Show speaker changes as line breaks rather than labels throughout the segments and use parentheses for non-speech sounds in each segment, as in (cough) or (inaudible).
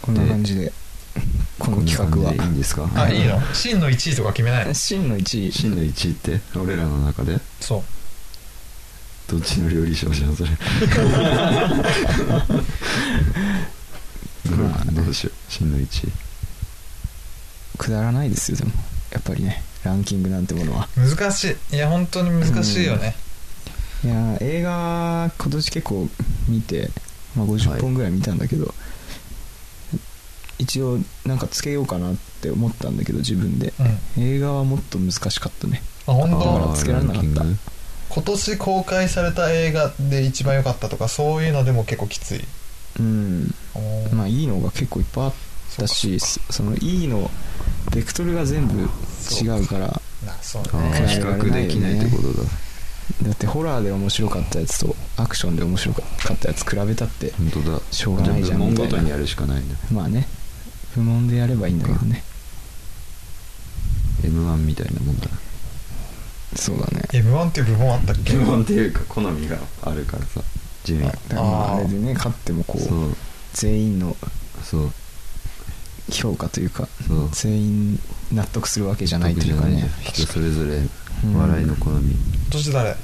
こんな感じでこの企画
こんな感じでいいんですか
あいいの真の1位とか決めない
は
の
真の1位
真の1位って俺らの中で
そう
どっちの料理賞じゃ
(laughs)
んそれ
まあ
どうどうしよう真の1位
くだらないですよでもやっぱりねランキングなんてものは
難しいいや本当に難しいよね
いやー映画今年結構見て、まあ、50本ぐらい見たんだけど、一応なんかつけようかなって思ったんだけど自分で
うんあ
映画はもっと難しかったね
本当
あつけられなかった
ランキング
今年公開された映画で一番良かったとかそういうのでも結構きつい
うん
おー
まあいいのが結構いっぱいあっ
そう
た
か
しそのいいのベクトルが全部違うから
なそう
あ
ね
ー比較できないってことだ
だってホラーで面白かったやつとアクションで面白かったやつ比べたって
本当だ
しょうがないじゃん
じゃあ部
み
門
た
ご
い
と
な
にやるしかないんだ
まあね不問でやればいいんだけどね
m 1みたいなもんだな
そうだね
m 1っていう部門あったっけ
m 1っていうか好みがあるからさ順位
だからまあ
あ
あ
ー
れでね勝ってもこう
そう
全員の
そう
評価というか
そう
全員納得するわけじゃないと
得じ
い
ゃ
うか
ないじ
ね
ゃん人それぞれ
うん
笑いの好み
今年誰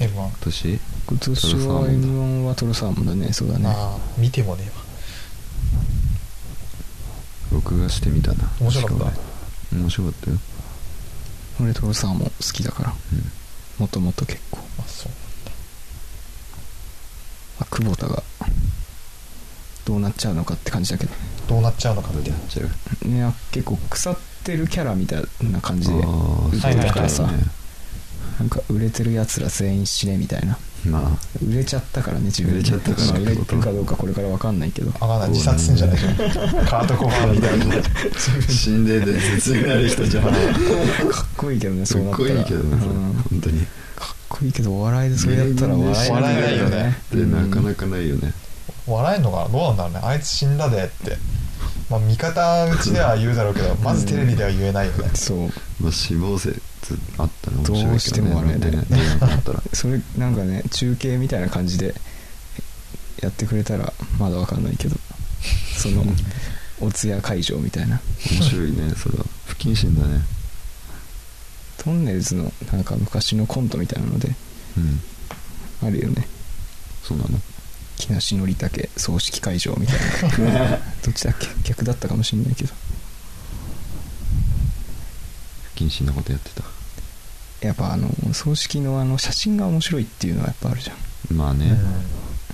m 1
年
今年
トロサーモ
は
ンだ
m 1はトロサーモンだねそうだね
ああ見てもねえわ
録画してみたな
面白かった
確面白かったよ
俺トロサーモン好きだから
うん
もともと結構
あそう
あ久保田がどうなっちゃうのかって感じだけど
どうなっちゃうのか
ど
っ
う
て
やっちゃう
ねいや結構腐ってるキャラみたいな感じで
あー
はいはいはい
そうだった
はい
よね
はなんか売れてるやつら全員死ねみたいな
ま
売れちゃったからね自分
売れちゃったから
まあ売れるかどうかこれから分かんないけど
あかんない自殺すんじゃないか
(laughs)
カートコバーンみたいな
あ死んで伝説になる人じゃん (laughs) か
かっこいいけどねそう
っ
なった
こ
ら
いいけどねそれ
うん
本当に
かっこいいけどお笑いでそれやったら笑え
笑えないよね
でな
か
かなかないよね
笑えんのかなどうなんだろうねあいつ死んだでってまあ味方うちでは言うだろうけどまずテレビでは言えないよね
そう
まあ死亡説あったら面白いけどね
どうしても笑えない
出なかったら
それなんかね中継みたいな感じでやってくれたらまだわかんないけどそのお通夜会場みたいな
面白いねそれは不謹慎だね
トンネルズのなんか昔のコントみたいなので
うん
あるよね
そうなの
木梨憲武葬式会場みたい
(laughs)
などっちだっけ逆だったかもしれないけど
不謹慎なことやってた
やっぱあの葬式のあの写真が面白いっていうのはやっぱあるじゃん
まあ
う
ね
ん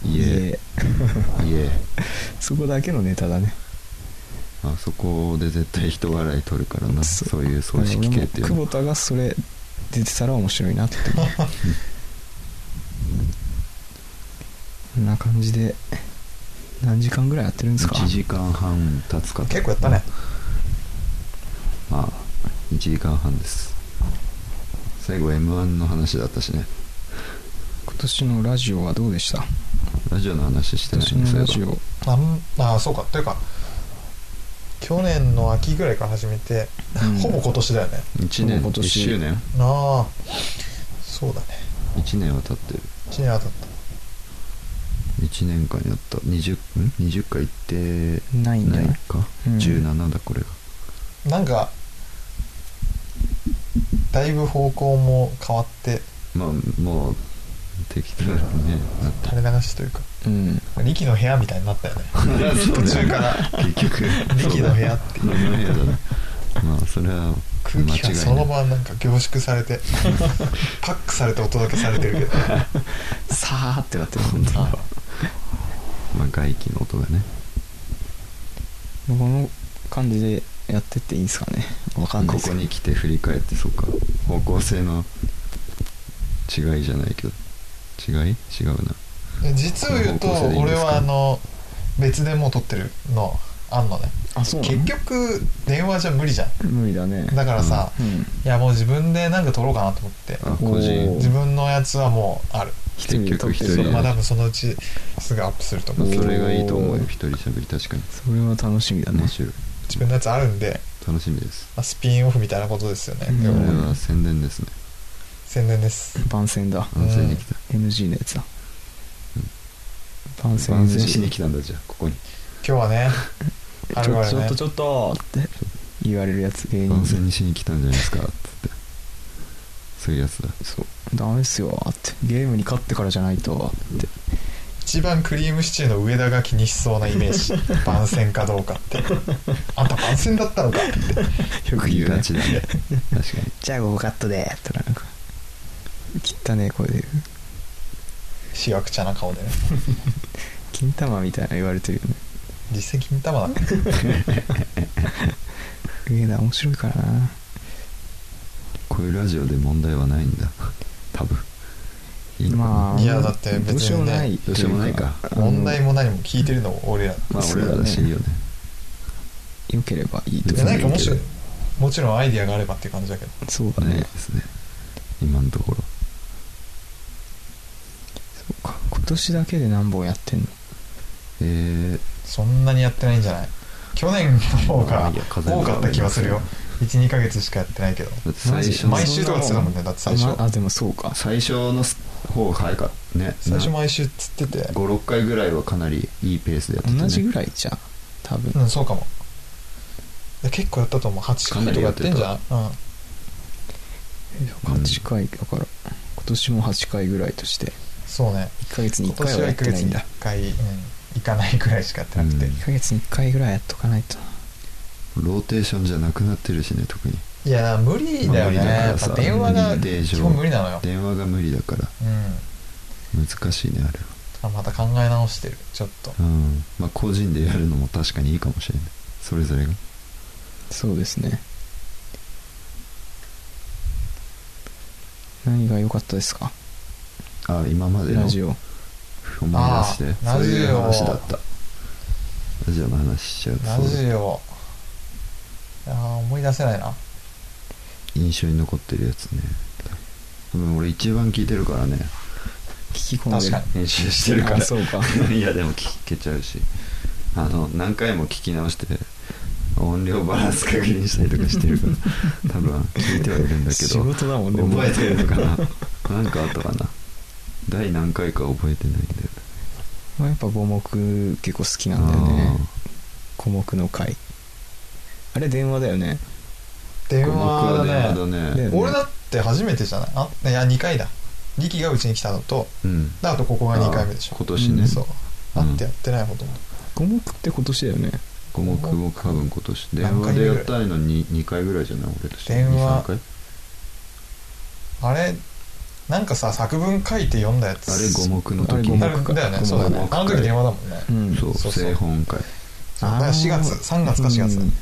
家家
そこだけのネタだね
あそこで絶対人笑い取るからな
そう
そういう葬式系ってい
俺
う
も久保
の
田がそれ出てたら面白いなって
(laughs)
思うこんな感じで何時間ぐらいやってるんですか
1時間半経つか
結構やったね
まあ1時間半です最後 m 1の話だったしね
今年のラジオはどうでした
ラジオの話して
今
ない
年
ね
の
そうい
ラ
えば
ジオ
あんあそうかというか去年の秋ぐらいから始めて、
うん
ほぼ今年だよね
1年
今
1
年
周年
ああそうだね
1年は経ってる
1年当たっ
1年間やった 20, ん20回行って
ないんじゃ
ない
ない
か、
うん
17だこれが
たなんかだいぶ方向も変わって
まあもう適当だねなっ
垂れ流しというか
うん
力の部屋みたいになったよね
たそう
(laughs) 途
だ
中
よ
から
結局
力の部屋って
力の部屋だねまあそれは
空
間
気
違
が
い
そ
な
の
い
ままなんか凝縮され
(laughs)
てパックされてお届けされてるけど
さーってなってる
本 (laughs) 当だまあ外気の音がね
この感じでやってっていいんですかねわかんない
こ
です
こ
けど
に来て振り返ってそうか方向性の違いじゃないけど違い違うな
実を言うと
その方向性でいいんで
俺
すか
はあの別でもう撮ってるのあんのね
あそうな
結局電話じゃ無理じゃん
の無理だね
だからさ、
うん
いやもう自分でなんか撮ろうかなと思って
あ個
お
人
ー
自分のやつはもうある
一人で撮って
結
るか
局一人で
まあ
ら
多分そのうちすぐアップすると思
ま
う
あそれがいいと思うよ
おー
一人喋り確かに
それは楽しみだね
面白い
自分のやつあるんで、
楽しみです
まあ、スピンオフみたいなことですよね、
うん
こ
で
れ
も
は宣伝ですね
宣伝です
番宣だ
安静に来た
NG のやつだ番宣
安静し
NG
に来たんだじゃあここに
(laughs)
今日はねあ
ち
る
ょ
ある
ちょ
ね
っとちょっとって言われるやつ芸
番
人
宣にしに来たんじゃないですかっつってそういうやつだ
そうダメっすよってゲームに勝ってからじゃない
(laughs)
とって
一番クリームシチューの上田が気にしそうなイメー
(laughs)
ジ番宣かどうかってあんた番宣だったのかって
よく言
言いうが
ね
ちだ
(laughs)
ね確かに
じゃあここカットでとなんか汚ねえ声で言う
しわくちゃな顔でね
金玉みたいな言われてるよね
実際金玉だね
上田面白いからな
こういうラジオで問題はないんだ多分いいのかな、
まあ
いやだって別にね
どうしようもないと
どうしようもないか
うあの
問題も何も聞いてるの俺ら
まあ
そう
俺
だね
ららしいよね
良ければいいと
で
別に
何
いいけど
かもしもちろんアイディアがあればっていう感じだけど
そうだ
ない
ね
ですね今のところ
そうか今年だけで何本やってんの
えー、
そんなにやってないんじゃない去年の方が
いや数え
多
るのは
かった気がするよ12ヶ月しかやってないけど
だって最初
マ
の
ジ
毎週とかっつってたもんねだって最初
あまあでもそうか
最初の方が早かったね
最初毎週っつってて
56回ぐらいはかなりいいペースでやってた、ね、
同じぐらいじゃん多分
うんそうかもいや結構やったと思う8回とかやってんじゃんうん
うん
8回だから今年も8回ぐらいとして
そうね
1ヶ月に
今
1回
年
は
は
や
1
っ
ヶ
てない
月
ん
に
だ
1回うん行かないぐらいしかやってなくて、
うん
1ヶ月に1回ぐらいやっとかないとな
ローテーションじゃなくなってるしね特に
いや無理だよ
無
ね
理だから
やっぱ
さ
電話が
無理でしょ
基本無理なのよ
電話が無理だから
うん
難しいねあれは
あまた考え直してるちょっと
うんまあ個人でやるのも確かにいいかもしれないそれぞれが
そうですね何が良かったですか
あ今までの
ラジ
思い
オ
出して
あー
そういう
ラジオ
話だったラジオの話しちゃう
ラ
そう
ジオあー思い出せないな
印象に残ってるやつね多分俺一番聞いてるからね
聞き込んで
確かに
編集してるか
あ
ら
そうか
(laughs) いやでも聞けちゃうしあの何回も聞き直して音量バランス確認したりとかしてるから多分聞いてはいるんだけ
(laughs) 仕
ど
事だもんね
覚えてるのか
も
ななんかあったかな第何回か覚えてないんだよ
うやっぱ五目結構好きなんだよね
あ
五目の回あれ電話だよね
あ
電
僕は
話
電
だね
話だね
ね
俺だって初めてじゃないあいや2回だ力がうちに来たのと
うん
であとここが2回目でし
あ
ょ
今年ね
ん
そうあってやってないほとんど
五目って今年だよね
五目僕多分今年電
何
話
回
で
目
やったのに2回ぐらいじゃない俺として
電
2
話
3回
あれなんかさ作文書いて読んだやつ
あれ五目の
あれ
時
五
あ
目
れだ
五
よね
目
そうだ
五
ね
目
あの時電話だもんね
うん
そう
そうそう
正本会
そうだから4月3月か4月
うん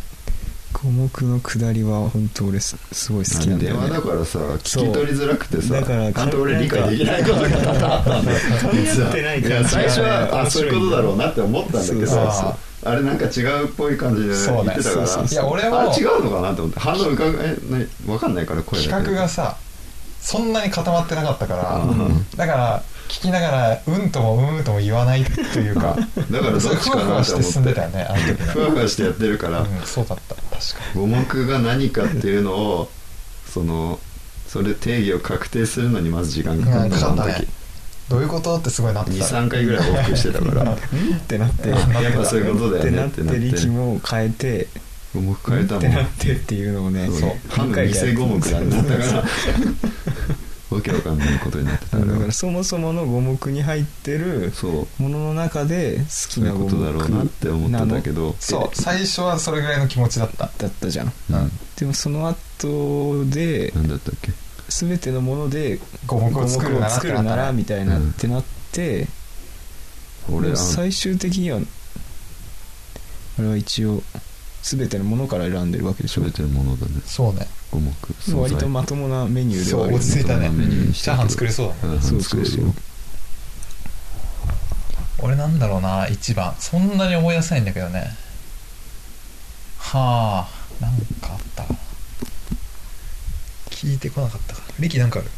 五目の下りは本当俺すすごい好きなんだ
電
よ
話
ね
だからさ聞き取りづらくてさ
だから
ちゃんと俺理解できないことが多々あったんだよ
噛み合ってない感じがね
や最初はあそういうことだろうなって思ったんだけど
そうそう
そう
あれなんか違うっぽい感じで言ってた
そう
か
ね
ら
そうそう
いや俺
あ
も
れ違うのかなと思って反応伺えない分かんないから声だけ
企画がさそんなに固まってなかったから、
うん
だから聞きながらうんともうんとも言わないというか
だからどっ
そう
ち
ふ
か
わふ
なと
わし
思
て進んで
ったて
よねあの時
ふわ
ね、
ふわしてやってるから
うん、そうだった確か
五目が何かっていうのをそのそれ定義を確定するのにまず時間かかっ
うんか
た
か
あ
った
の
ね
時
どういうことってすごいなってた
23回ぐらい往復してたから
うんってなって
やっぱそういうことだよね
っ
ってて
な
な
っ
ってて
力も変えて
五目変えた
っ
も
て
ん
なってっていうのをね
そう歯の偽五目なんだったからわけわかんないことになってた
だ
か
から
ら
そもそもの五目に入ってる
そう
ものの中で好き
そうい
な
う
五
こ
目
とだろうなって思ってたけど
そう最初はそれぐらいの気持ちだった
だったじゃん
うん
う
でもその後で
なんだったっけ
全てのもので
五目を作るならっ
作
て
るな
な
ら
ったね
みたいな
う
っ
ん
てなってで
俺
も
あの
最終的にはあれは一応全てのものから選んでるわけでしょ
全てのものだね
そうね
五目
割とまともなメニューではあるよね
そう落ち着いたねチ
チ
ャーハン作れそうだね
うん
そうそう
作
そう
れるよ
俺なんだろうな一番そんなに思い出せないんだけどねはあなんかあったかな聞いてこなかったか力なんかある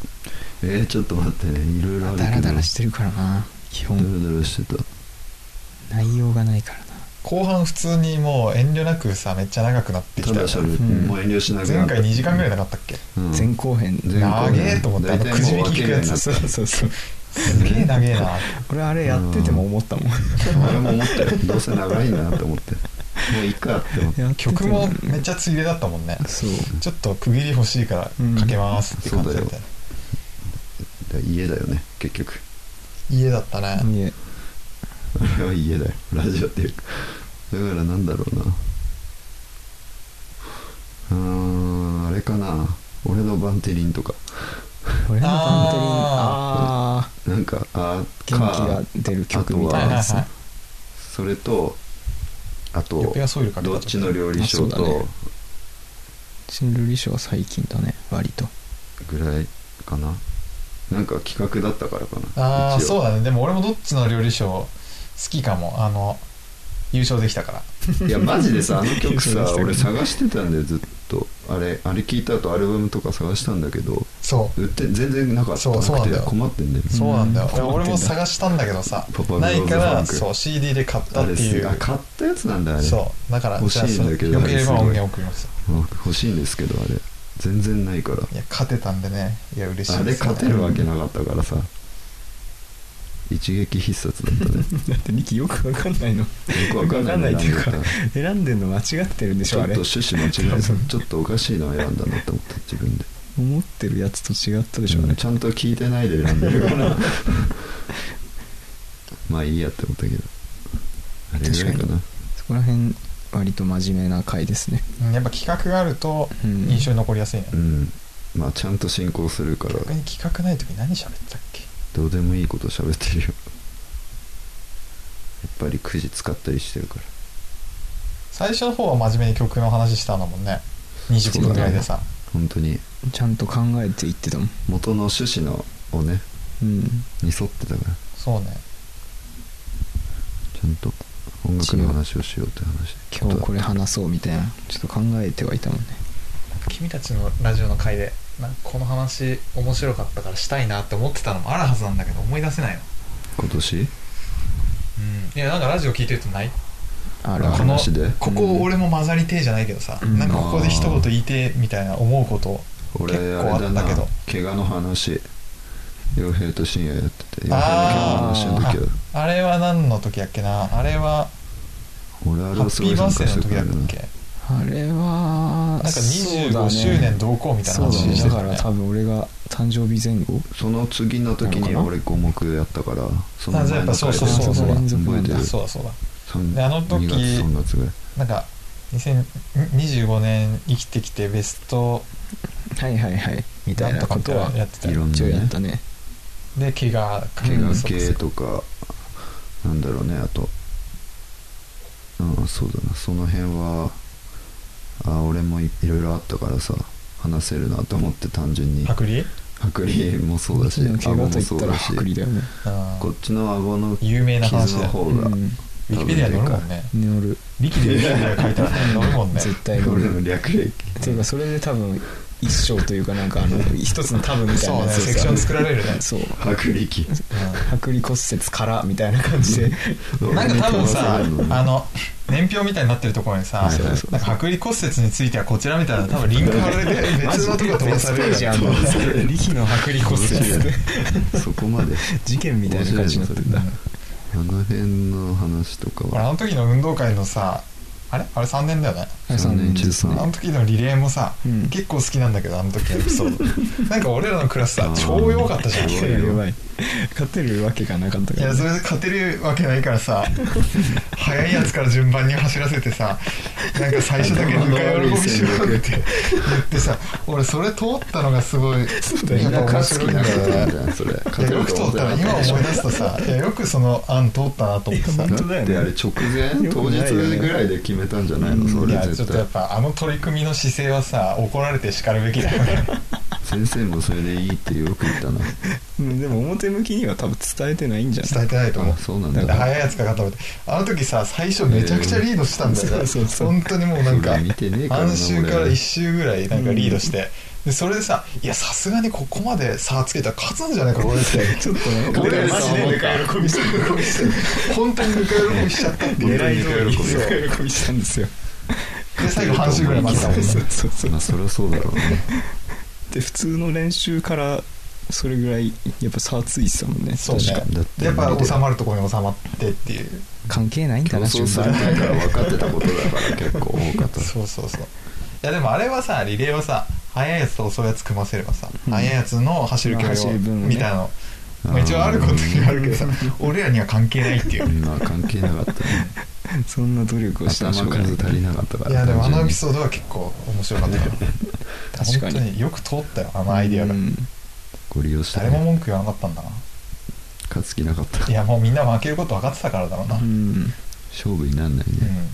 えーちょっと待ってねいろいろあるけ
ダ
ど
ラダラしてるからな基
ダラ
本
ダラしてた
内容がないからな
後半普通にもう遠慮なくさめっちゃ長くなって
た
きた
だ
よ
しゃべって、
うん
もう遠慮しなくな
前
った
回2時間ぐらいなかったっけ
うん
前後編
前後
長
編
えと思ってあの
大体もう
くじ引き
分けるようになった
そうそうそう
すげえ長えな
俺あれやってても思ったもん
(laughs)
俺も思ったよどうせ長いんだなって思ってもういいかって思って
やってて
曲もめっちゃついでだったもんね
そう
ちょっと区切り欲しいからかけますって感じだったよね
だから家だよね結局
家だったね
いえ
あれは家だよラジオっていうかだからなんだろうなうーんあれかな俺のバンテリンとか
俺のバンテリンあ
あ
なんかあ
ー元気が出る曲みたいなやつ
あとは
それとあ
ヨ
と
ペがソイルかけた
どっちの料理賞
あそうだね
と
シンルリショは最近だね割と
ぐらいかななんか企画だったからかな
ああ
一応
そうだねでも俺もどっちの料理賞好きかもあの優勝できたから
いやマジで
(laughs)
さあの曲
優勝
さ
した
俺探してたんだよずっとあれあれ聞いた後アルバムとか探したんだけど
そ
売って全然なかった
そうそう
な
なん
く
だ
て
よ
困ってんだよ
うそうなんだよ
うん
俺も探したんだけどさ
パパ
ないか
ファ
ら
ンク
そう CD で買った
あ
って
れ
いう
あ買ったやつなんだあれ
そうだから
欲
じ
し
ゃあ
いん
そ
だ
れ
けど
よけ
あ
れば
れすごい
音源送りますよ
あ欲しいんですけどあれ全然ないから
いや勝てたんでねいや嬉し
あ
い
れ
ですね
勝てるわけなかったからさ一撃必殺だったね
(laughs)
(laughs)
だってミキよくわかんないの
よくわかんない
わかんないっていうか
選んだ
(laughs) 選んでんの間違ってるんでし
ちょ
ょ
っ
あ
と
れ
趣旨間違えたちょっとおかしいな選んだなって思った自分で
思ってるやつと違ったでしょあれ
ちゃんと聞いてないで選んでるから
(laughs)
まあいいやって思ったけどあれぐらいかな
そこら辺割と真面目な回ですね
うんやっぱ企画があると
うん
印象に残りやすいね、
うんまあちゃんと進行するから
逆に企画ない時何喋ってたっけ
どうでもいいこと喋ってるよやっぱりくじ使ったりしてるから
最初の方は真面目に曲の話したんだもんね20分ぐらいでさ
本当に
ちゃんと考えていってたもん
元の趣旨のをね
うん
に沿ってたから
そうね
ちゃんと音楽の話をしようって話
今日これ話そうみたいなちょっと考えてはいたもんね
君たちのラジオの回でなんかこの話面白かったからしたいなって思ってたのもあるはずなんだけど思い出せないの
今年
うんいやなんかラジオ聞いてるとない
あ
こ
る
の
ある
話で
ここ俺も混ざりてえじゃないけどさ、
うん
なんかここで一言言いてえみたいな思うこと
俺
結構
あれだな
あったけど
怪我の話洋平と深夜やってて洋平の怪
ー
あ
我の話の時は
あれは何の時やっけなあれは
俺あれ
ハ
は
ッ
すご
ピー
い
バー
参
スデ
加してく
ーの時だ
れ
っ
るな
け
あれは
なんか
そうだ
25
ね
周年同行みたいな
そ
話
うだね
して
だ
た
か
よ
ら
ね
多分俺が誕生日前後
その次の時に俺五目やったからその前の回で
あじゃあやっぱそうそうそう
覚えてる
だ
そうだそうだ
三
であの時
二月3月ぐらい
なんか2025年生きてきてベスト
はいはいはいみた
ないん
な
とか
こ
み
と
たいな
は
のやってた
いろ
よ
ん
一
な
応やっ
ね
たね
で怪我か
怪
うん
我
そう
系
そう
とかなんだろうねあとうんそうだなその辺はあ俺もいいろいろあったからさ話せるなと思って単純に
剥離
剥離もそうだし
ミキの怪我
顎
と
も
い
そ
っ
う
たら
だし
剥離だよね
うん
こっちの顎の
有名な話
傷の
だよ
方
う
が
ん
ウィキペディアに載るもんね
による
ウィキでウィキペディア書いたら載るもん
(laughs)
ね
絶対乗
(laughs)
俺
る
の略歴
っていうかそれで多分一章というかなんかあの一つのタブみたい
そ
な
う
や
ね
つ
セクション作られるね
そう
剥離期
剥離骨折からみたいな感じで
うんなんか多
俺に飛ば
分さ
されるのね
あの年表みたいになってるところにさ
はいはい
なんか剥離骨折についてはこちらみたいな多分リンク貼られて別のところ飛ばされる
じゃん
よね
力の剥離骨折って
そこまで
事件みたいな感じになってん
う
だ
ん
あの辺の話とか
俺あ
は
の時の運動会のさあれあれ3年だよね
はい
3年中
うん
あ
3
の時のリレーもさ、
うん
結構好きなんだけどあの時のエピソ
(laughs)
ードなんか俺らのクラスさ
あー
超良かったじゃんい
やばい勝てるわけがなかったから
やそれで勝てるわけないからさ早いやつから順番に走らせてさなんか最初だけぬか喜びしようって言ってさ俺それ通ったのがすごいやっ
だよ
みん
ぱ
な
面
勝つ気
白い
に
ん
なって
だ
た
よ
ん
ね
じゃんそ
(laughs)
れ
い
勝
や
て
よ
る
く
と
通
思っ
ってたら
なか
今
ったでしょ
思い出すとさいやよくその案通ったなと思ってさ
本当だ
だ
よ
っ
ね
てあれ直前
よく
当
ないよね
日ぐらいで決めたんじゃないのそ
い
れ
やちょっ
絶
とや
対
っぱあの取り組みの姿勢はさ怒られて叱るべきだよね
先生もそれでいいってよく言ったな
うんでも表向きには多分伝えてないんじゃない
伝えてないと思う
あそうなん
だから
だ
早いやつかかと思ってあの時さ最初めちゃくちゃリードしたんだよね、
えーそうそうそう
本当にもうなんか
見てねえからな
半周から
俺
1周ぐらいなんかリードして、でそれでさいやさすがにここまで差つけたら勝つんじゃないか俺って
ちょっとね
俺らマジで
俺
ぬか喜びして本当にぬか喜びしちゃったっていう
狙い通りに
そう
喜び喜びしたんですよ
で最後半周ぐらい待ってたもんね
そうそうそう
(laughs)
まあそりゃそうだろうね
で普通の練習からそれぐらいやっぱ差はついてたもんね
そうね
確か
だって
やっぱ収ま
る
るとこに収まってっていう
関係ないん
競
だな
争する前から分かってたことだから結構多かった
そうそうそういやでもあれはさリレーはさ速いやつと遅いやつ組ませればさ、
うん
速いやつの走る距離
走
を
る分をね
みたいなの、まあ、一応あることにはあるけどさ俺らには関係ないっていううん
まあ関係なかったね
(laughs) そんな努力をした
頭数足りなかったから
いやでもあのエピ
ソ
ソードは結構面白かったよ
確かに
本当によく通ったよあのアイディアが、
うん
ードご利用した
誰も
ね
文句言わなかったんだな
勝つ気なかった
いやもうみんな負けること分かってたからだろうな、う
うんん
勝負になんないね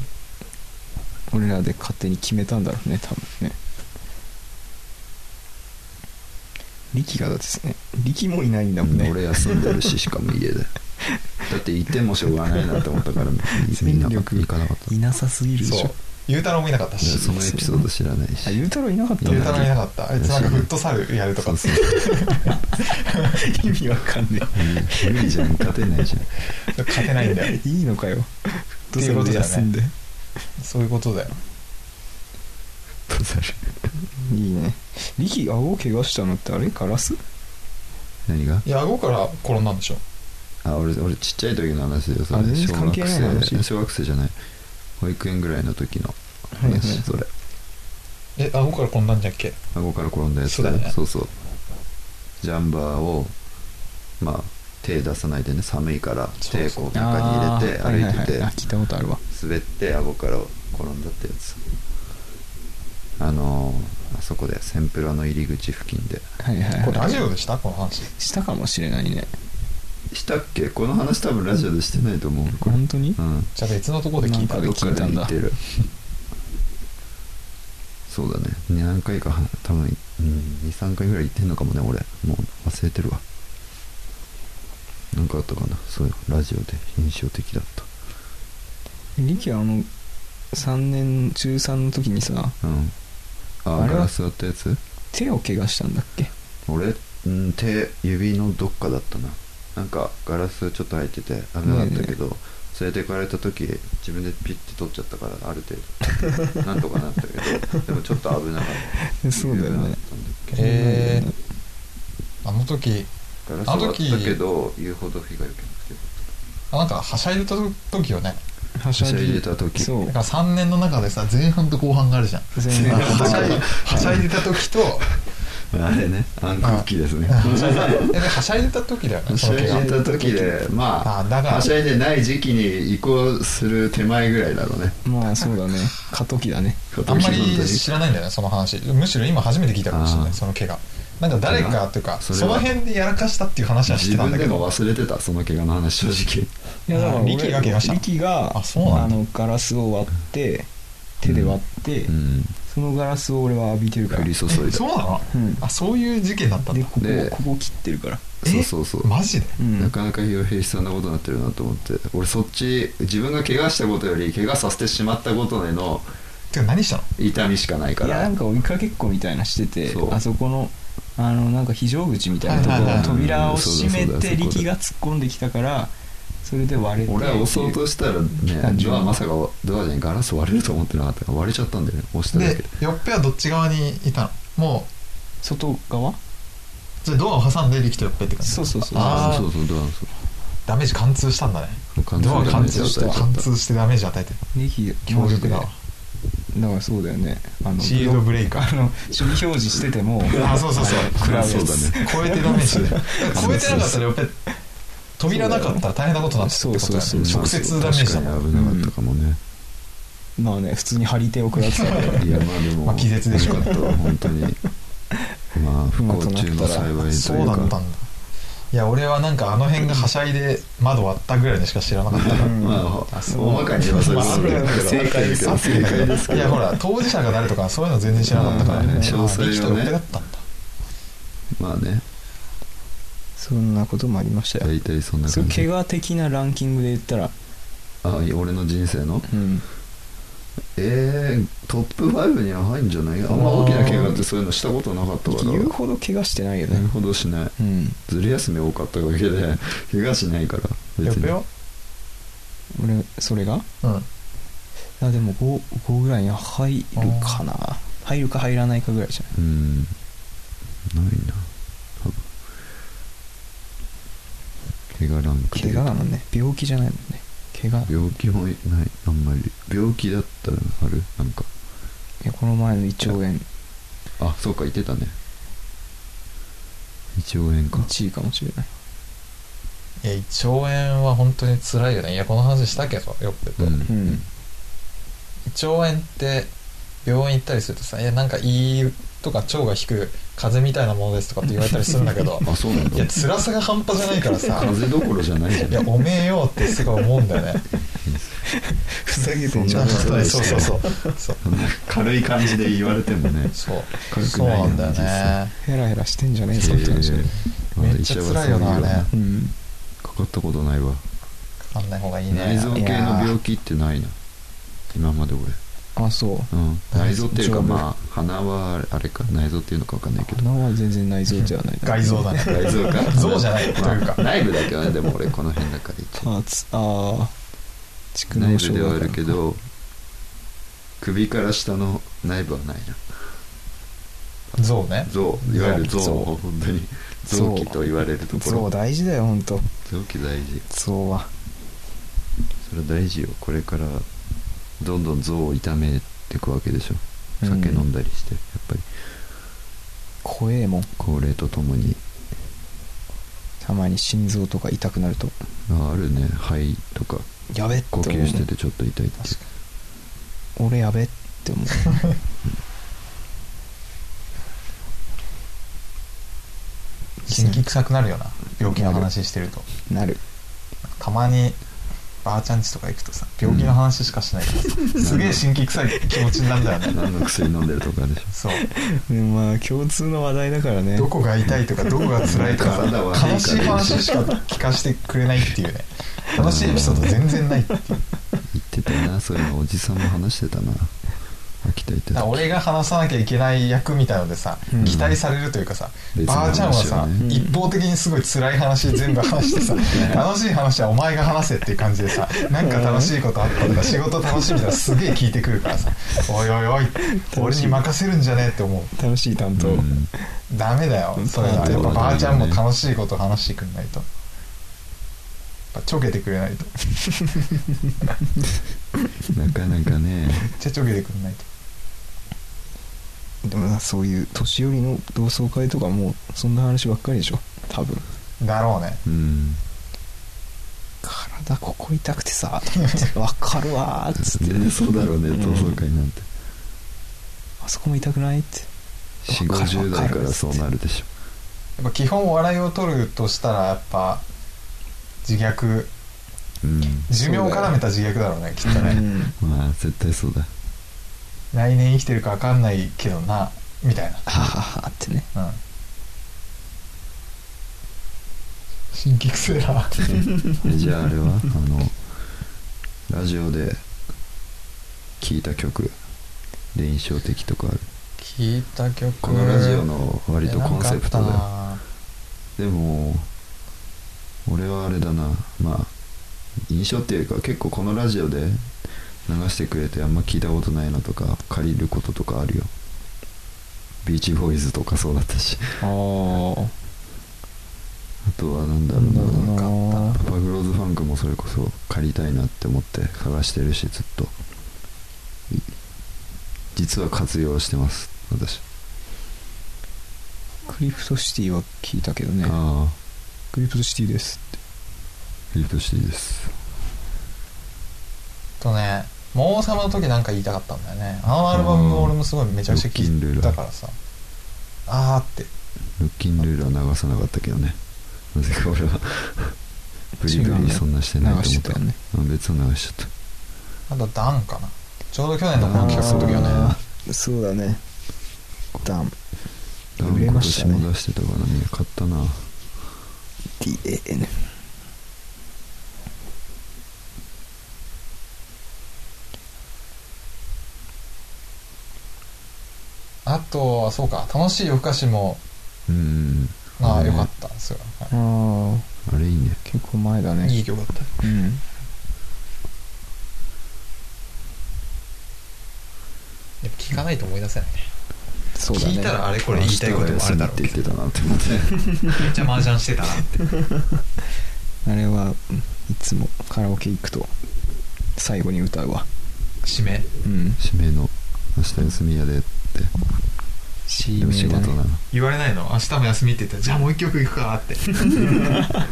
俺らで勝手に決めたんだろうね多分ね力がだってね力もいないんだもんね
俺休んでるししかも家でだっていてもしょうがないなって思ったから (laughs) みみんな行かなかった
いなさすぎるで
そ
し
う
ょ
ゆうたろうもいなかった
いや
し
そのエピソード知らない
あ
し
ゆうたろういなかった
ゆうたろういな
か
かったあいつなんかフットサルやるとか
そ
っ
う
て
そう
った意味わかんね
うん無理じゃん勝てないじ (laughs) ゃん
勝てないんだよ
えいいのかよど
て
う
いう
せ
ことだよね
俺休んで
そういうことだよ
どうする
いいね力顎を怪我したのってあれガラス
何が
いや顎から転んだんでしょ
あ俺俺ちっちゃい時の話だよそ
あ
れ
全然
小
関
学
係ない話
生小学生じゃない保育園ぐらいの時の
はいはい
話それ
え顎から転んだんじゃっけ
顎から転んだやつ
そうだね
そうそうジャンバーをまあ手出さないでね寒いから
そう
手
そう
こう中に入れて
あーはい
歩
はいは
てて
あ聞いたことあるわ
滑って顎から転んだってやつあのーあそこでセンプラの入り口付近で
はいはいはい
これラジオでしたこの話
したかもしれないね
したっけこの話多分ラジオでしてないと思うこれ
本当に
うん
じゃあ別のとこで聞いた
なん
ど
か
っか
聞い
で
たん
言
だ
ってる (laughs) そうだね何回かは多分、うん、23回ぐらい行ってんのかもね俺もう忘れてるわなんかあったかなそうラジオで印象的だった
力はあの3年中3の時にさ
うんあ
あれは
ガラス割ったやつ
手を怪我したんだっけ (laughs)
俺、うん、手指のどっかだったななんかガラスちょっと入ってて危なかったけど、連れてかれた時自分でピッて取っちゃったからある程度なんとかなったけどでもちょっと危なかっ
(laughs)
た
そうだよね
へえあの時
ガラス割ったけど言うほど被害を受けなくてよかっ
あなんかはしゃいでた時よね
は
たはしゃいでた時
そう
だから3年の中でさ前半と後半があるじゃん
全然
はしゃいはしゃいでた時
(laughs)
と
あれね暗黒期ですね
はしゃいでえではしゃいでた時だよね
はしゃ
その
い
怪我
でた時でま
あ
あ
だから
はしゃいでない時期に移行する手前ぐらいだろうね
まあそうだね過渡期だね
あんまり知らないんだよねその話むしろ今初めて聞いたかもしれな
あ
い
ー
その怪我なんか誰かというか
そ
そ
れは
の辺でやらかしたっていう話はして
自
たん
分
だけ
で
ど
も忘れてたその怪我の話正直
いやだから
あ力が怪我した
力が
あそうなんだ
あのガラスを割って手で割って、
うん
そのガラスを俺は浴びてるから
降り注い
え
だ
そうなの
うん
あそういう事件だったん
で
だ
ここ
で
ここ切ってるから
え
そうそうそう
マジで
うん
なかなか疲弊しそうなことになってるなと思って俺そっち自分が怪我したことより怪我させてしまったことへの
てか何したの
痛みしかないか
いやな
ら
んか追いかけっこみたいなしてて
そう
あそこのあのなんか非常口みたいなとこ
はいはいはい
ろ扉を閉め
そうだそ
て
うだそこで
力が突っ込んできたからそれで割れて
俺は押そうとしたらね
単純
ドアまさかドアじゃないガラス割れると思ってなかったから割れちゃったんだよね押しただ
で
けで
よっぺはどっち側にいたのも
外側
うじゃあドアを挟んで力とよっぺって感じ
そうそうそう
あー
そうそうドアのそう
ダメージ貫通したんだね
完
ドア
全
貫
に
通し
ダメージ与
た貫
えちゃっ
通してダメージ与えてる
力
強力だわ
マジでだからそうだよねあの
シールドブレイカー
あの守備表示してても
あそうそうそう
食らうや
そう
つ
だね
超えてダメ
(laughs)
ージだよ超えてなかったらよっぺ扉なかったら大変なことになってたってことだよ
そうそう
ね
そう
直接ダメージだもん
確かに危なかったかもね、
まあね普通に張り手を食らってたから
いやまあでも、
まあ気絶でしょ
よかったわ本
(laughs)
当にまあ
不
不
幸
幸中の幸いというか
そうだったんだいや俺はなんかあの辺がはしゃいで窓割ったぐらいにしか知らなかったか
うん
まあ
あそう
大まかに言えばそういうことだよ
まあ
(laughs) 正解ですよ正解ですけ
ら
ど
いやほら当事者が誰とかそういうの全然知らなかったから
うん
ね
詳細をね
あ力とよっぺだったんだ
まあね
そんなこともありましたよ
大体そんな
そう
感
いう怪
じ
我的なランキングで言ったら
あいや俺の人生の
うん
えー、トップ5には入んじゃないあんま大きな怪我ってそういうのしたことなかったから
言うほど怪我してないよ
言う
ね
ほどしない
うん
ずる休み多かっただけで (laughs) 怪我しないから
よっ
別
ぺ
に
よ
俺それが
うん
あでも 5, 5ぐらいには入るかな入るか入らないかぐらいじゃない
うんないな多分怪我ランクで
怪我だもんね病気じゃないもんね怪我
病気もいないあんまり病気だったらあるなんか
いやこの前の胃腸炎
あそうか言ってたね1億円か
1位かもしれない
いや1兆円は本当に辛いよねいやこの話したけどよっぺと、
うん
1
うん
兆円って病院行ったりするとさ「いやなんか胃とか腸が引く風邪みたいなものです」とかって言われたりするんだ
(laughs)
けど
あそうなん
い
だ
や辛さが半端じゃないからさ
風邪どころじゃないじゃ
いや
ん
おめえよってすごい思うんだよね
ふざけ
て
て
ん
ん
じ
じ
ゃ
ゃ
ん
ん
そうそうそうそうそう
そんな軽い感じで言われても
(laughs)
ね
そう
軽く
そう
ない
なんだよね
ヘラヘラしてんじゃねえぞ
実
って
際
話だよね
えー
めっちゃ辛いよなあ
まあ医者はそう言うよ
れ
ね
うん
かかったことないわ
かかんない方がいいね
内臓系の病気ってないな今まで俺
あそう
うん内臓っていう
大
か
丈夫
まあ鼻はあれか内臓っていうのかわかんないけ
(laughs)
ど
鼻は全然内臓ではないな
外臓だね
内臓
(laughs)
か
像じゃないというか
まあ内部だけどねでも俺この辺だから一応
(laughs)
パーツああ蓄
内
膿
部
症
ではあ
だ
るけど首から下の内部はないな
像ね
臓いわゆる臓
臓
本当に
臓
臓器と言われるとこ
そう
ろ
大事だよ本当
臓器大事
そうは
それは大事よこれからどんどん臓を痛めていくわけでしょ
うん
酒飲んだりして、やっぱり
怖えもん
高齢とともに
たまに心臓とか痛くなると
ああるね肺とか
やべって
呼
思う
吸しててちょっと痛いっていう
俺やべって
(laughs)
思う
心機臭くなるよな病気の話してると
(laughs) なる
たまにばあちゃん家とか行くとさ病気の話しかしないからさ、すげえ心機臭い気持ちになるんだよね
何の薬飲んでるとかでしょ
そう
でもまあ共通の話題だからね
どこが痛いとかどこが辛いとか
体悪いから
(laughs) 悲しい話しか聞かせてくれないっていうね楽しいエピソード全然ないっていう
言ってたなそういうのおじさんも話してたな秋田行って
だか
た
ら俺が話さなきゃいけない役みたいのでさ、
うん
期待されるというかさ
別の話をね
ばあちゃんはさ、
うん
一方的にすごい辛い話全部話してさ楽しい話はお前が話せっていう感じでさなんか楽しいことあったとか仕事楽しいみたいなすげえ聞いてくるからさおいおいおい俺に任せるんじゃねえって思う
楽しい担当、
うん
ダメだよそれ
そう
は
だ
やっ
よ
ぱばあちゃんも楽しいこと話してくんないとやっぱちょけてくれないとめっ
なかなかね
ちゃちょけてくんないと
でもなそういう年寄りの同窓会とかもうそんな話ばっかりでしょ多分
だろうね
うん
体ここ痛くてさと思ってわかるわーっつって
全然そうだろうね同窓会なんて
あそこも痛くないって
4
わか
5
る
0代からそうなるでしょ
やっぱ基本笑いを取るとしたらやっぱ自虐
うん
寿命を絡めた自虐だろうねきっと
う
ね
ん
まあ絶対そう (laughs) だ
来年生きてるか分かんないけどなみたい
はははってね
なうん新規くせえな
えじゃああれはあのラジオで聴いた曲で印象的とかある
聞いた曲
このラジオの割とコンセプトだよ
よ
でも俺はあれだなまあ印象っていうか結構このラジオで流してくれてあんま聞いたことないのとか借りることとかあるよビーチボーイズとかそうだったし
ああ
あとはなんだろうなパパグローズファンクもそれこそ借りたいなって思って探してるしずっとい実は活用してます私、
クリプトシティは聞いたけどね
ああ
クリプトシティですって
フィリップシティです
とね「モーサマ」の時なんか言いたかったんだよねあのアルバムも俺もすごいめちゃくちゃ聞いたからさあーって
ルッキンルールは流さなかったけどねなぜか俺はブリブリそんなして
流
ないと思
し
ってた
たよね
うん別の流しちゃっ
あとダンかなちょうど去年のこの企画の時よね
あ
そうだねダン
た
売れ
今
まし
年
たね
も出してたからね買ったな
DAN
あとはそうか楽しい夜更かしも
うんうん
ま
う
あ
ん
良かったんですよ、は
ああ
あれいいね
結構前だ
い、
ね
いい曲だった
うん
やっぱ聞かないと思い出せないね
そうだね
聞いたらあれこれ言いたいこともあるだろ
明日は休
う
みって言ってたなって思って
めっちゃ麻雀してたなって
あれはいつもカラオケ行くと最後に歌うわ
締め
うん
(laughs) 締めの明日休みやでって
し
でも仕事なの
言われないの明日も休みって言ったらじゃあもう一曲行くかって
休みだか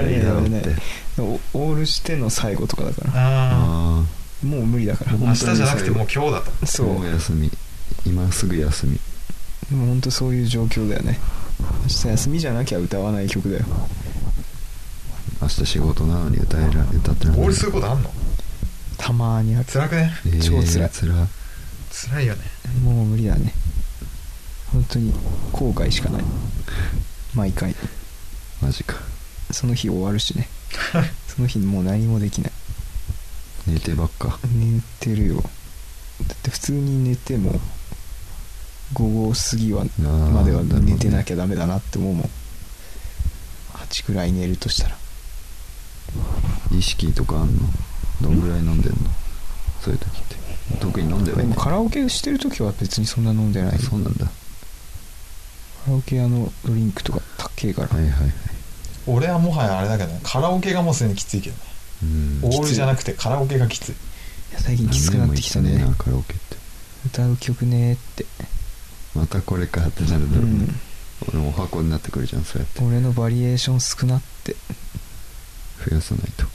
らいいだろうっ
いやいやい
て
やオールしての最後とかだから
あ
あ
もう無理だから
あ
本
明日
当
じ
に
ゃなくてもう今日だと
あ
そう
もう休み今すぐ休み
でも本当そういう状況だよね明日休みじゃなきゃ歌わない曲だよ
明日仕事なのに歌えら歌ってらんない
俺そういうことあんの
たまーにある
辛くね
えー
超辛い
辛い
辛いよね
もう無理だね本当に後悔しかない毎回
マジか
その日終わ
(laughs)
るしねその日もう何もできない
寝てばっか
寝てるよだって普通に寝ても午後過ぎは
あー
までは
なるほどね
寝てなきゃダメだなって思うもん8くらい寝るとしたら
意識とかあんのどんぐらい飲んでんのそういう時って特に飲んでは
で
いな
も
い
カラオケしてる時は別にそんな飲んでないよ
そうなんだ
カラオケ屋のドリンクとか高えから、
はいはいはい
俺はもはやあれだけどねカラオケがもうすでにきついけどね
うん
オールじゃなくてカラオケがきつい
いや最近きつくなってきた
何年も
ね
行ってねえなカラオケって
歌う曲ねーって、
またこれかってなるだ
う
ろうね
ん、
俺もお箱になってくるじゃんそうやって
俺のバリエーション少なって
増やさないと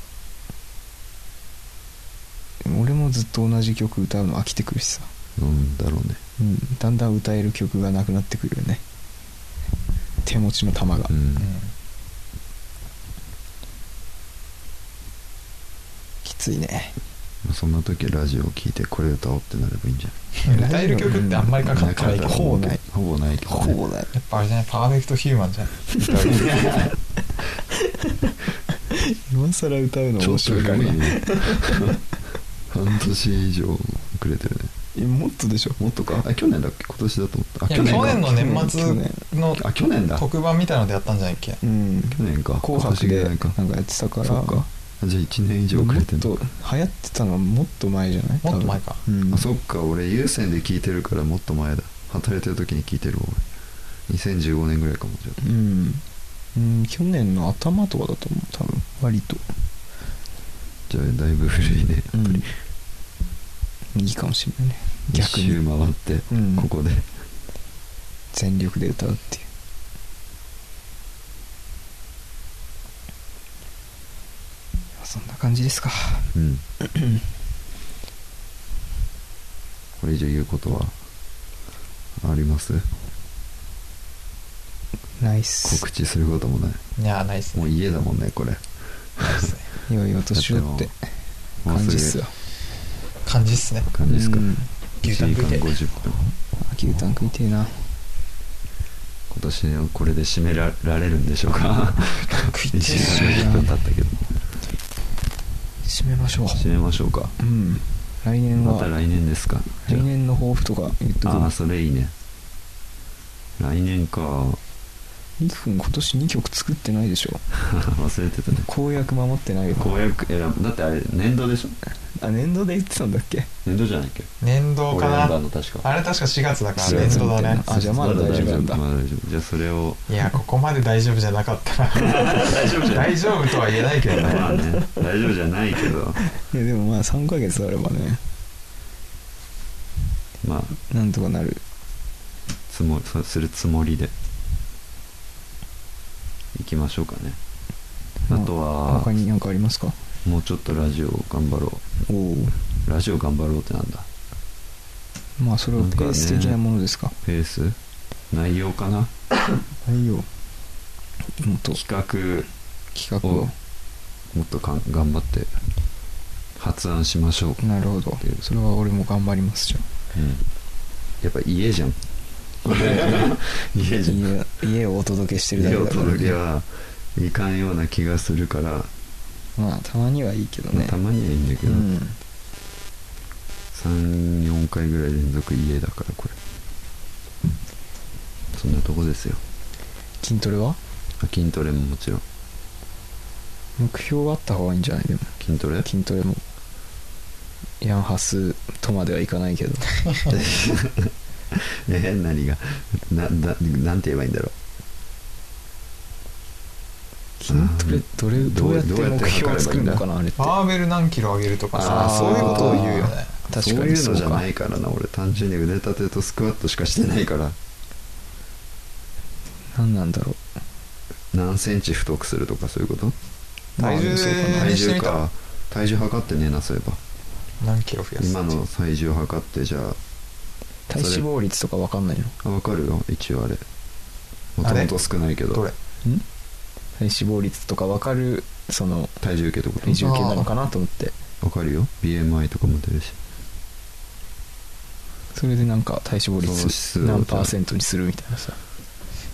でも俺もずっと同じ曲歌うの飽きてくるしさ、
うんだろうね
うん、だんだん歌える曲がなくなってくるよね手持ちの玉が、
うん
きついね
まあそんな時ラジオを聞いてこれ歌おうってなればいいんじ
うん歌える曲ってあんまり
ゃ
かかっ
ん
てないけど
ほぼない
ほぼないけど、ね、
だよ
やっぱあれじゃないパーフェクトヒューマンじゃん
今更歌うの
ちょ
面
っと
白いから
古い
ね
ね半年以上くれてるね
えもっとでしょ
もっとかあ去年だっけ今年だと思ったあ
いや去
か
年の年
去
末
年
の
あ去年だ去
特番みたいのでやったんじゃないっけ
うん
年か
紅白
今
で
年ぐらいか
なんかやってたから
そっかあじゃあ1年以上
も
くれ
って
る
と流行ってたのはもっと前じゃない
もっと前か
多分うん
あそっか俺有線で聞いてるからもっと前だ働いてる時に聞いてるわ俺2015年ぐらいかもじゃあ
うん、うん、去年の頭とかだと思う多分割と
じゃあだいぶ古いね
うんいいかもしれないね逆
一周
に、
回って
うん、
ここで
全力で歌うっていうそんな感じですか (clears throat)
うんこれ以上言うことはあります
ナイス
告知することもない
いやないっす
も
ね
う家だもんねこれ
ないっすね
良いお年をって
もう
感
す
じ
ぐ
っすよ
感じっすね
感じですか
うん
1
牛タン
時
食
間
いて
50分
牛タン食いてえな
今年はこれで締めらられるんでしょうか
食いて
1時間50分経ったけど
締めましょう
締めましょうか
うん来年
ま
は
た
来
来年ですかじゃあ
年の抱負とか言っとく
ああそれいいね来年か (laughs)
りくくん今年2曲作ってないでしょ
忘れてたね
公約守ってないよ
公約選ぶだってあれ年度でしょ
あ年度で言ってたんだっけ
年度じゃないっけ
年
俺
度か
選んだ
な
の確か
あれ確か4月だから
4
年
月
度だね
あじゃあまだ大丈夫なんだ
まだ大丈夫じゃあそれを
いやここまで大丈夫じゃなかった
(laughs)
な
大丈夫じゃない
大丈夫とは言えないけど
(laughs)
ね
まあね大丈夫じゃないけど
いやでもまあ3ヶ月あればね
まあ
なんとかなる
つもそうするつもりでいきましょうかねあとは
他に何かありますか
もうちょっとラジオ頑張ろ
おお
うラジオ頑張ろうってなんだ
まあそれはペース的なものですか
ペース内容かな
内容もっと
企画
企画を
もっとかん頑張って発案しましょう、
なるほどそれは俺も頑張りますじゃ
やっぱ家じゃん (laughs) 家じゃん
あ家家をお届けしてるだ
家
け
を
だから、
届け
ね、
はいかんような気がするから、
まあたまにはいいけど
まあ
ね
たまにはいいんだけ
う
ど、
ん
34回ぐらい連続家だからこれそんなとこですよ
筋トレは
あ筋トレももちろん
目標はあった方がいいんじゃないでも
筋トレ
筋トレもヤンハスとまではいかないけど
(laughs) え何がなななんて言えばいいんだろう
筋トレどれどうやって
どうやって
目標を作るのかなあれって
バーベル何キロ上げるとかさ
あー
そういうことを言うよね
確
そう
か
い
に
う
そ
の
う
じゃ
か
ないからな俺単純に腕立てとスクワットしかしてないから
何なんだろ
何センチ太くするとかそういうこと
う
体重
まあそうか
えー
体
して
重
みた
か体重測ってねえなそういえば
何キロ増やす
今の体重測ってじゃあ
体脂肪率とかわかんないの
あ分かるよ一応あれも
あ
と
れ
もと少ないけ
ど
ど
れ
体脂肪率とかわかるその
体重計ってこと
体重計なのかなと思って
分かるよ BMI とかも出るし
それでなんか体脂肪
その指数
率
を
何パーセントにするみたいなさ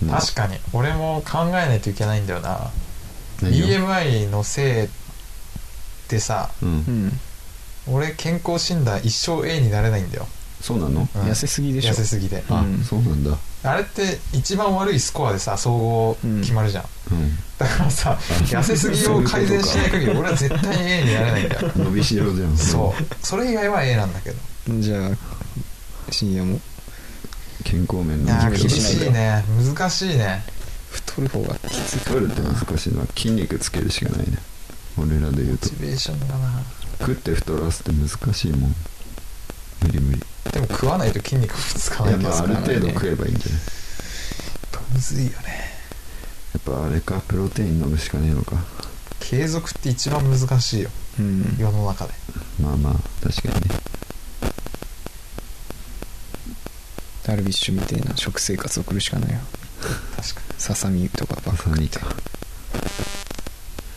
まあ
確かに俺も考えないといけないんだよな
何を
BMI のせいでさ
うん
うん
俺健康診断一生 A になれないんだよ、
そうなの
うん
痩せすぎでし
痩
ょ
せすぎで
うん
あそうなんだ
あれって一番悪いスコアでさ総合決まるじゃん、
うん
だからさ痩せすぎを改善しない限り俺は絶対に A になれないんだよ
伸びしろじゃん
そうそれ以外は A なんだけど
じゃあ深夜も
健康面
い
の
やー
ー
厳しいね難しいね
太る方がきついか
太るって難しいのは筋肉つけるしかないね俺らで言
モ
うと
チベーションがな
食って太らすって難しいもん無理無理
でも食わないと筋肉もつか
い
ない
や
け
ま
ど
あ
さ
ある程度食えばいいんじゃない
むずいよね
やっぱあれかプロテイン飲むしかねえのか
継続って一番難しいよ
らうん
世の中で
まあまあ確かにね
ダルビッシュみたいな食生活を送るしかないよ
確かに
ささみとかばっか
朝にか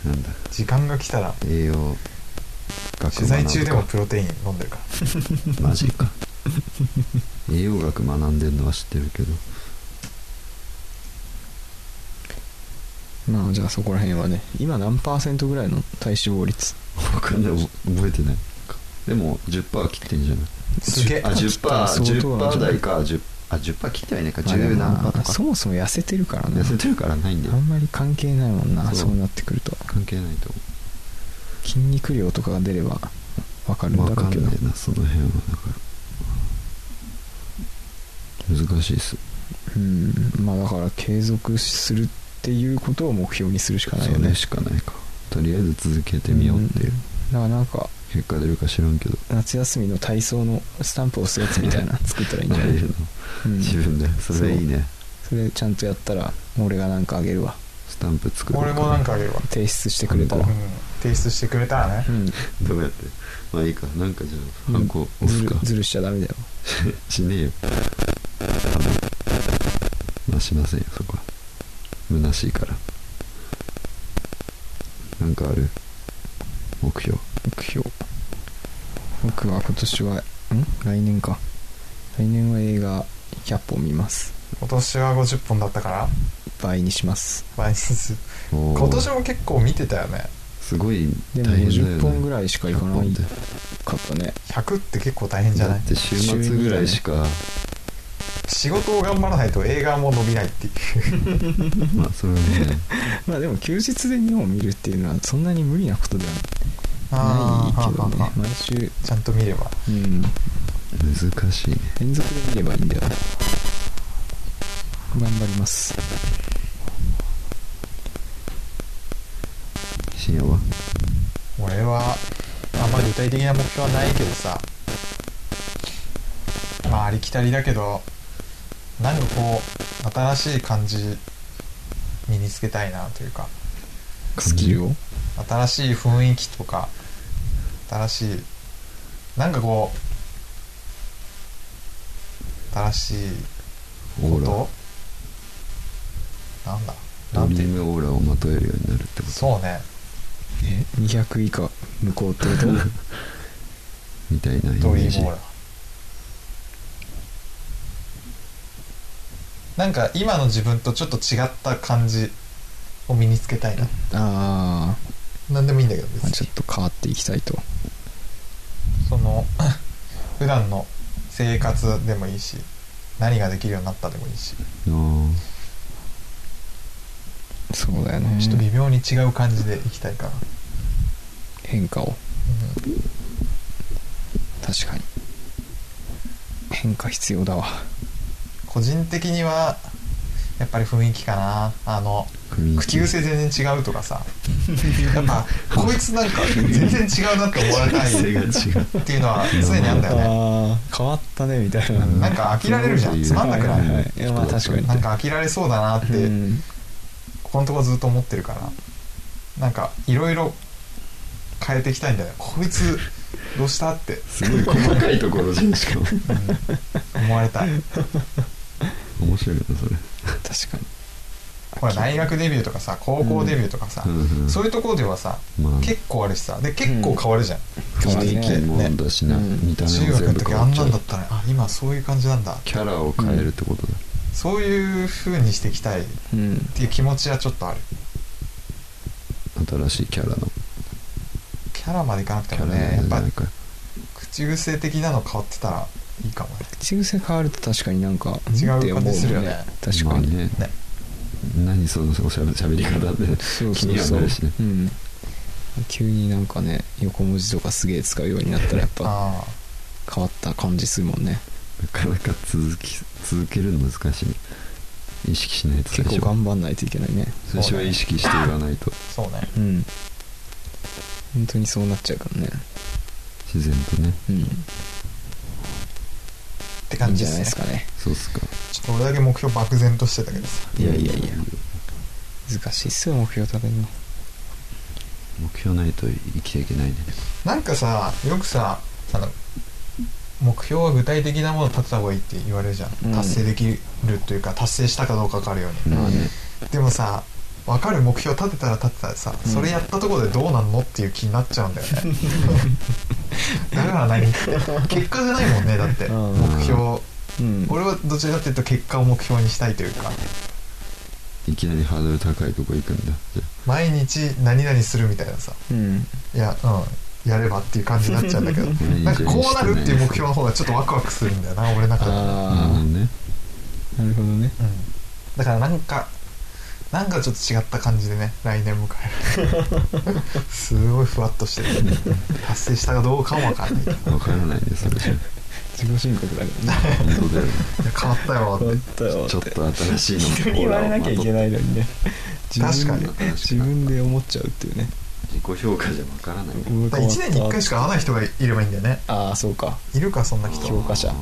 なんだ
時間が来たら
栄養学
取材中でも
学
プロテイン飲んでるから
ぶかマジか (laughs) 栄養学学んでんのは知ってるけど
まあじゃあそこら辺はね今何パーセントぐらいの体脂肪率
僕はね覚えてないでも10%切ってんじゃない
すげえ
あ10%
切ったら相当なんじゃ
10%
ない
台か10あ10%切ってはいないか
まあでも
10何
ま
パ
あ
ーとか
そもそも痩せてるから
痩
ね
せてるからないんだ
あ
よ
んまり関係ないもんな
そ
そううなってくると
関係ないと思う
筋肉量とかが出ればわかるんだ
わ
ろ
か
うんけ
ね
ど
えなその辺はだから難しいっす
うんまあだから継続するっていうことを目標にするしかないよ
それ
ね
しかないかとりあえず続けてみようっていう、
んだからなんか
結果出るか知らんけど
夏休みの体操のスタンプを押すやつみ
(laughs)
たいな作ったらいいんじゃない、
慣れるの
うん、
自分でそれいいね
それちゃんとやったら俺がなんかあげるわ
スタンプ作る
俺もなんかあげるわ、
提出してくれた
う
ら
ん、提出してくれたらね
うん
どうやってまあいいかなんかじゃあハンコ押
ず
す
る
か、
ずるしちゃダメだよ
しねえよ多分まあしませんよそこは虚しいからなんかある目標
目標僕は今年はん来年か来年は映画100本見ます
今年は50本だったから
倍にします
毎日
おー
今年も結構見てたよね
すごい
で
大変
も
だよね
50本ぐらいしかいかな
100
い
本っ
かったね
100って結構大変
て
じゃ
だ
ない
って週末ぐらいしか、
仕事を頑張らないと映画も伸びないっていう
まあそれはね
まあでも休日で2本見るっていうのはそんなに無理なことではないけどね毎週
ちゃんと見れば
うん
難しいね
連続で見ればいいんだよね頑張ります
深夜は
俺はあんま具体的な目標はないけどさまあありきたりだけどなんかこう新しい感じ身につけたいなというか
スキルを
新しい雰囲気とか新しいなんかこう新しいこ
オーラ
となんだな
ド
ん
リ
て
ー
いう
ムオーラをまとえるようになるってこと
そうね
え200以下向こうってこと
みたいなイメ
ドリ
ー
ー
ジ
ムオーラなんか今の自分とちょっと違った感じを身につけたいな
(laughs)
あ
何でもいいんだけど
ーまあ
別
ちょ
に
っと変わっていきたいと
その (laughs) 普段の生活でもいいし何ができるようになったでもいいし
あ
そうだよね
ちょっと微妙に違う感じでいきたいかな、
変化を
うん
確かに変化必要だわ
個人的にはやっぱり雰囲気かなあの口癖全然違うと
(laughs)
かさやっぱこいつなんか全然違うなって思われたいっていうのは常にあんだよね
あー変わったねみたいな
なんか飽きられるじゃんつまんなくな
はい
る
はいはいいやまあ確かに
なんか飽きられそうだなって、
うん
ここのとこずっと思ってるからなんかいろいろ変えていきたいんだよねこいつどうしたって、
すごい細かいところじゃんしかも
うん思われたい
面白いなそれ
確かに
ほら大学デビューとかさ高校デビューとかさ、
うんうん
そういうところではさ
まあ
結構あるしさで結構変わるじゃん、
変わる
雰囲気
ね
もだしな、
ね
見た目
中
も
学の
全部
時
変
あ
わ
ん
っち
な
ゃ
んだ
う
ったねあ今そういう感じなんだ
キャラを変えるってことだ、
そういう風にしていきたいっ
うん
ていう気持ちはちょっとある
新しいキャラの
キャラまでいかなくて
キャ
も
ラ
ねやっ
じゃ
ぱ
ないか
口癖的なの変わってたらいいかもね
口癖変わると確かになんか
違う
って思
感じするよね
確
ま
か
あ
に、
ね
ね
何そのおしゃべしゃべり方で
そう
気
そ
に
う
は
そ
な
う
るしね
うん急になんかね横文字とかすげえ使うようになったらやっぱ
ああ
変わった感じするもんね
なかなか続き続けるの難しい意識しないと最
結構
初は
頑張んないといけないね
最初は意識して言わないと
そうね
うん本当にそうなっちゃうからね
自然とね
うんい
って
いん
感
じ
じ
ゃ
で
ない
す
で
ね
すかね
そうっすか
ちょっと俺だけ目標漠然としてたけどさ
いやいやいや難しいっすよ目標立てるの
目標ないと生きていけないね
なんかさよくさあの目標は具体的なものを立てた方がいいって言われるじゃん、
うん
達成できるというか達成したかどうか分かるように
まあね
でもさ分かる目標立てたら立てたらさ、
うん
それやったところでどうなんのっていう気になっちゃうんだよね
(laughs)
だから何って結果じゃないもんねだって
うん
目標
うん
俺はどちらかというと結果を目標にしたいというか
いきなりハードル高いとこ行くんだじゃ
毎日何々するみたいなさ
うん
いやうんやればっていう感じになっちゃうんだけど
毎日
なんかこうなるっていう目標の方がちょっとワクワクするんだよな俺の中で、うん、
あなるほど
あ
ね
あなるほどね
だからなんかなんかちょっと違った感じでね来年迎 (laughs) えるすごいふわっとしてる達成したかどうかもわかんないいや
わからないねそれじゃ
自己申告だからね
本
(laughs)
当だよね
(laughs) 変わったよ
終わ
っ
ったよ
ちょっ
って
と新しいの
人に言われなきゃいけ
い
ないのにね
確かに
自分で自分で思っちゃうっていうね
自己評価じゃわからないね
て1年に1回しか会わない人がいればいいんだよね
ああそうか
いるかそんな人
評価者
あ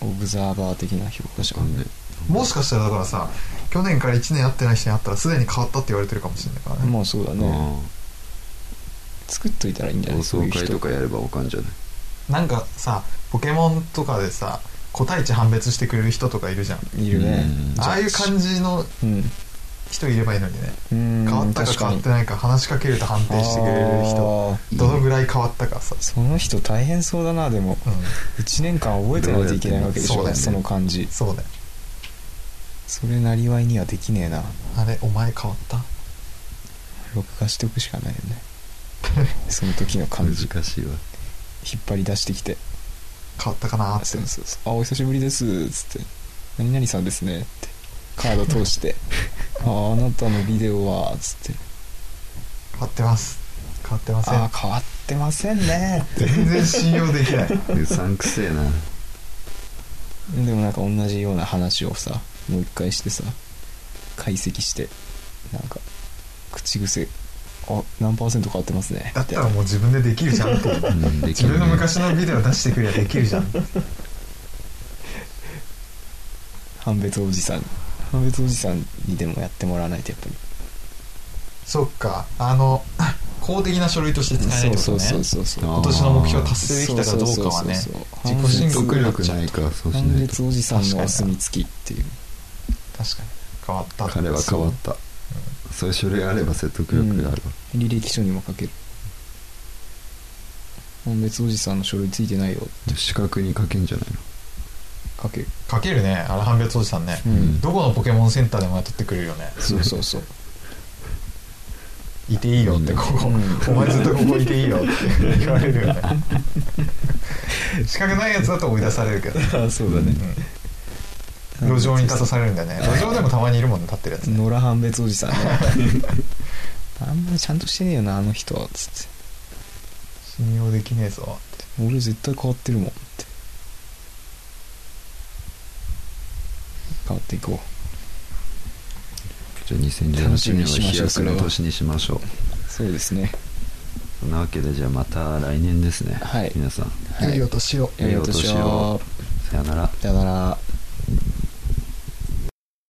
オブザーバー的な評価者
ーわかんない
もしかしたらだからさ去年から1年会ってない人に会ったらすでに変わったって言われてるかもしれないからね
まあそうだね
あ
作っといたらいいんじゃ
ー
な
同
いそう
窓
いう
会
人
とかやればわかんじゃない
なんかさポケモンとかでさ個体値判別してくれる人とかいるじゃん
いるね
うん
ああいう感じの
うん
人いればいいのにね
変
変わったか変わってないか話しかけると判定してくれる人どのぐらい変わったかさ、
その人大変そうだなでも
うん、
1年間覚えてないといけないわけでし
どう
ょ
やって
その感じ
そうね
それなりわいにはできねえな
あれお前変わった
録画しておくしかないよ
(laughs)
ねその時の感じ
難しいわ
引っ張り出してきて
変わったかなって
そうそうそうあお久しぶりです」つって「何々さんですね」ってカード通
(laughs)
して「ああなたのビデオは」つって
変わってます変わってま
「
せん
ああ変わってませんね」って
全然信用でき (laughs) ない
うさんくせえな
でもなんか同じような話をさもう一回してさ解析してなんか口癖あ何パーセント変わってますね
だったらもう自分でできるじゃんっていう
うんでき
自
るね
分の昔のビデオ出してくればできるじゃん
判別おじさん判別おじさんにでもやってもらわないとやっぱり
そっかあの (laughs) 公的な書類として使えないってこと
そう
ね
そうそうそう
あー
今年の目標達成できたかどうかはね
そうそうそうそう
自己申
説
告
得力ないかそ
判
うしないと
別おじさんのお墨付きっていう
確かに変わった
彼は変わったそういう書類あれば説得力があるわ
履歴書にも書ける判別おじさんの書類ついてないよ
視覚に書けんじゃない
書ける
かけるねあの判別おじさんね、
う
うん
どこのポケモンセンターでも雇ってくれるよね
そうそうそう
いていいよってここ、
う
お前ずっとここいていいよって言われるよ
(laughs)
ね資格ないやつだと追い出されるけど、
あそうだね
うん路上に立たされるんだよね路上でもたまにいるもんね立ってるやつね
野良判別おじさんねあんまりちゃんとしてねえよなあの人はつっ
信用できねえぞ
て俺絶対変わってるもんって変わっっていこ
じゃあ2018
楽しみ
年
に
は
しま
飛
しょう
躍の
それは
年にしましょう
うそうですね
そんなわけでじゃあまた来年ですね、
はい
皆さん
はい
良いお年を
良いお年
良いお年
を
をさよなら
さよなら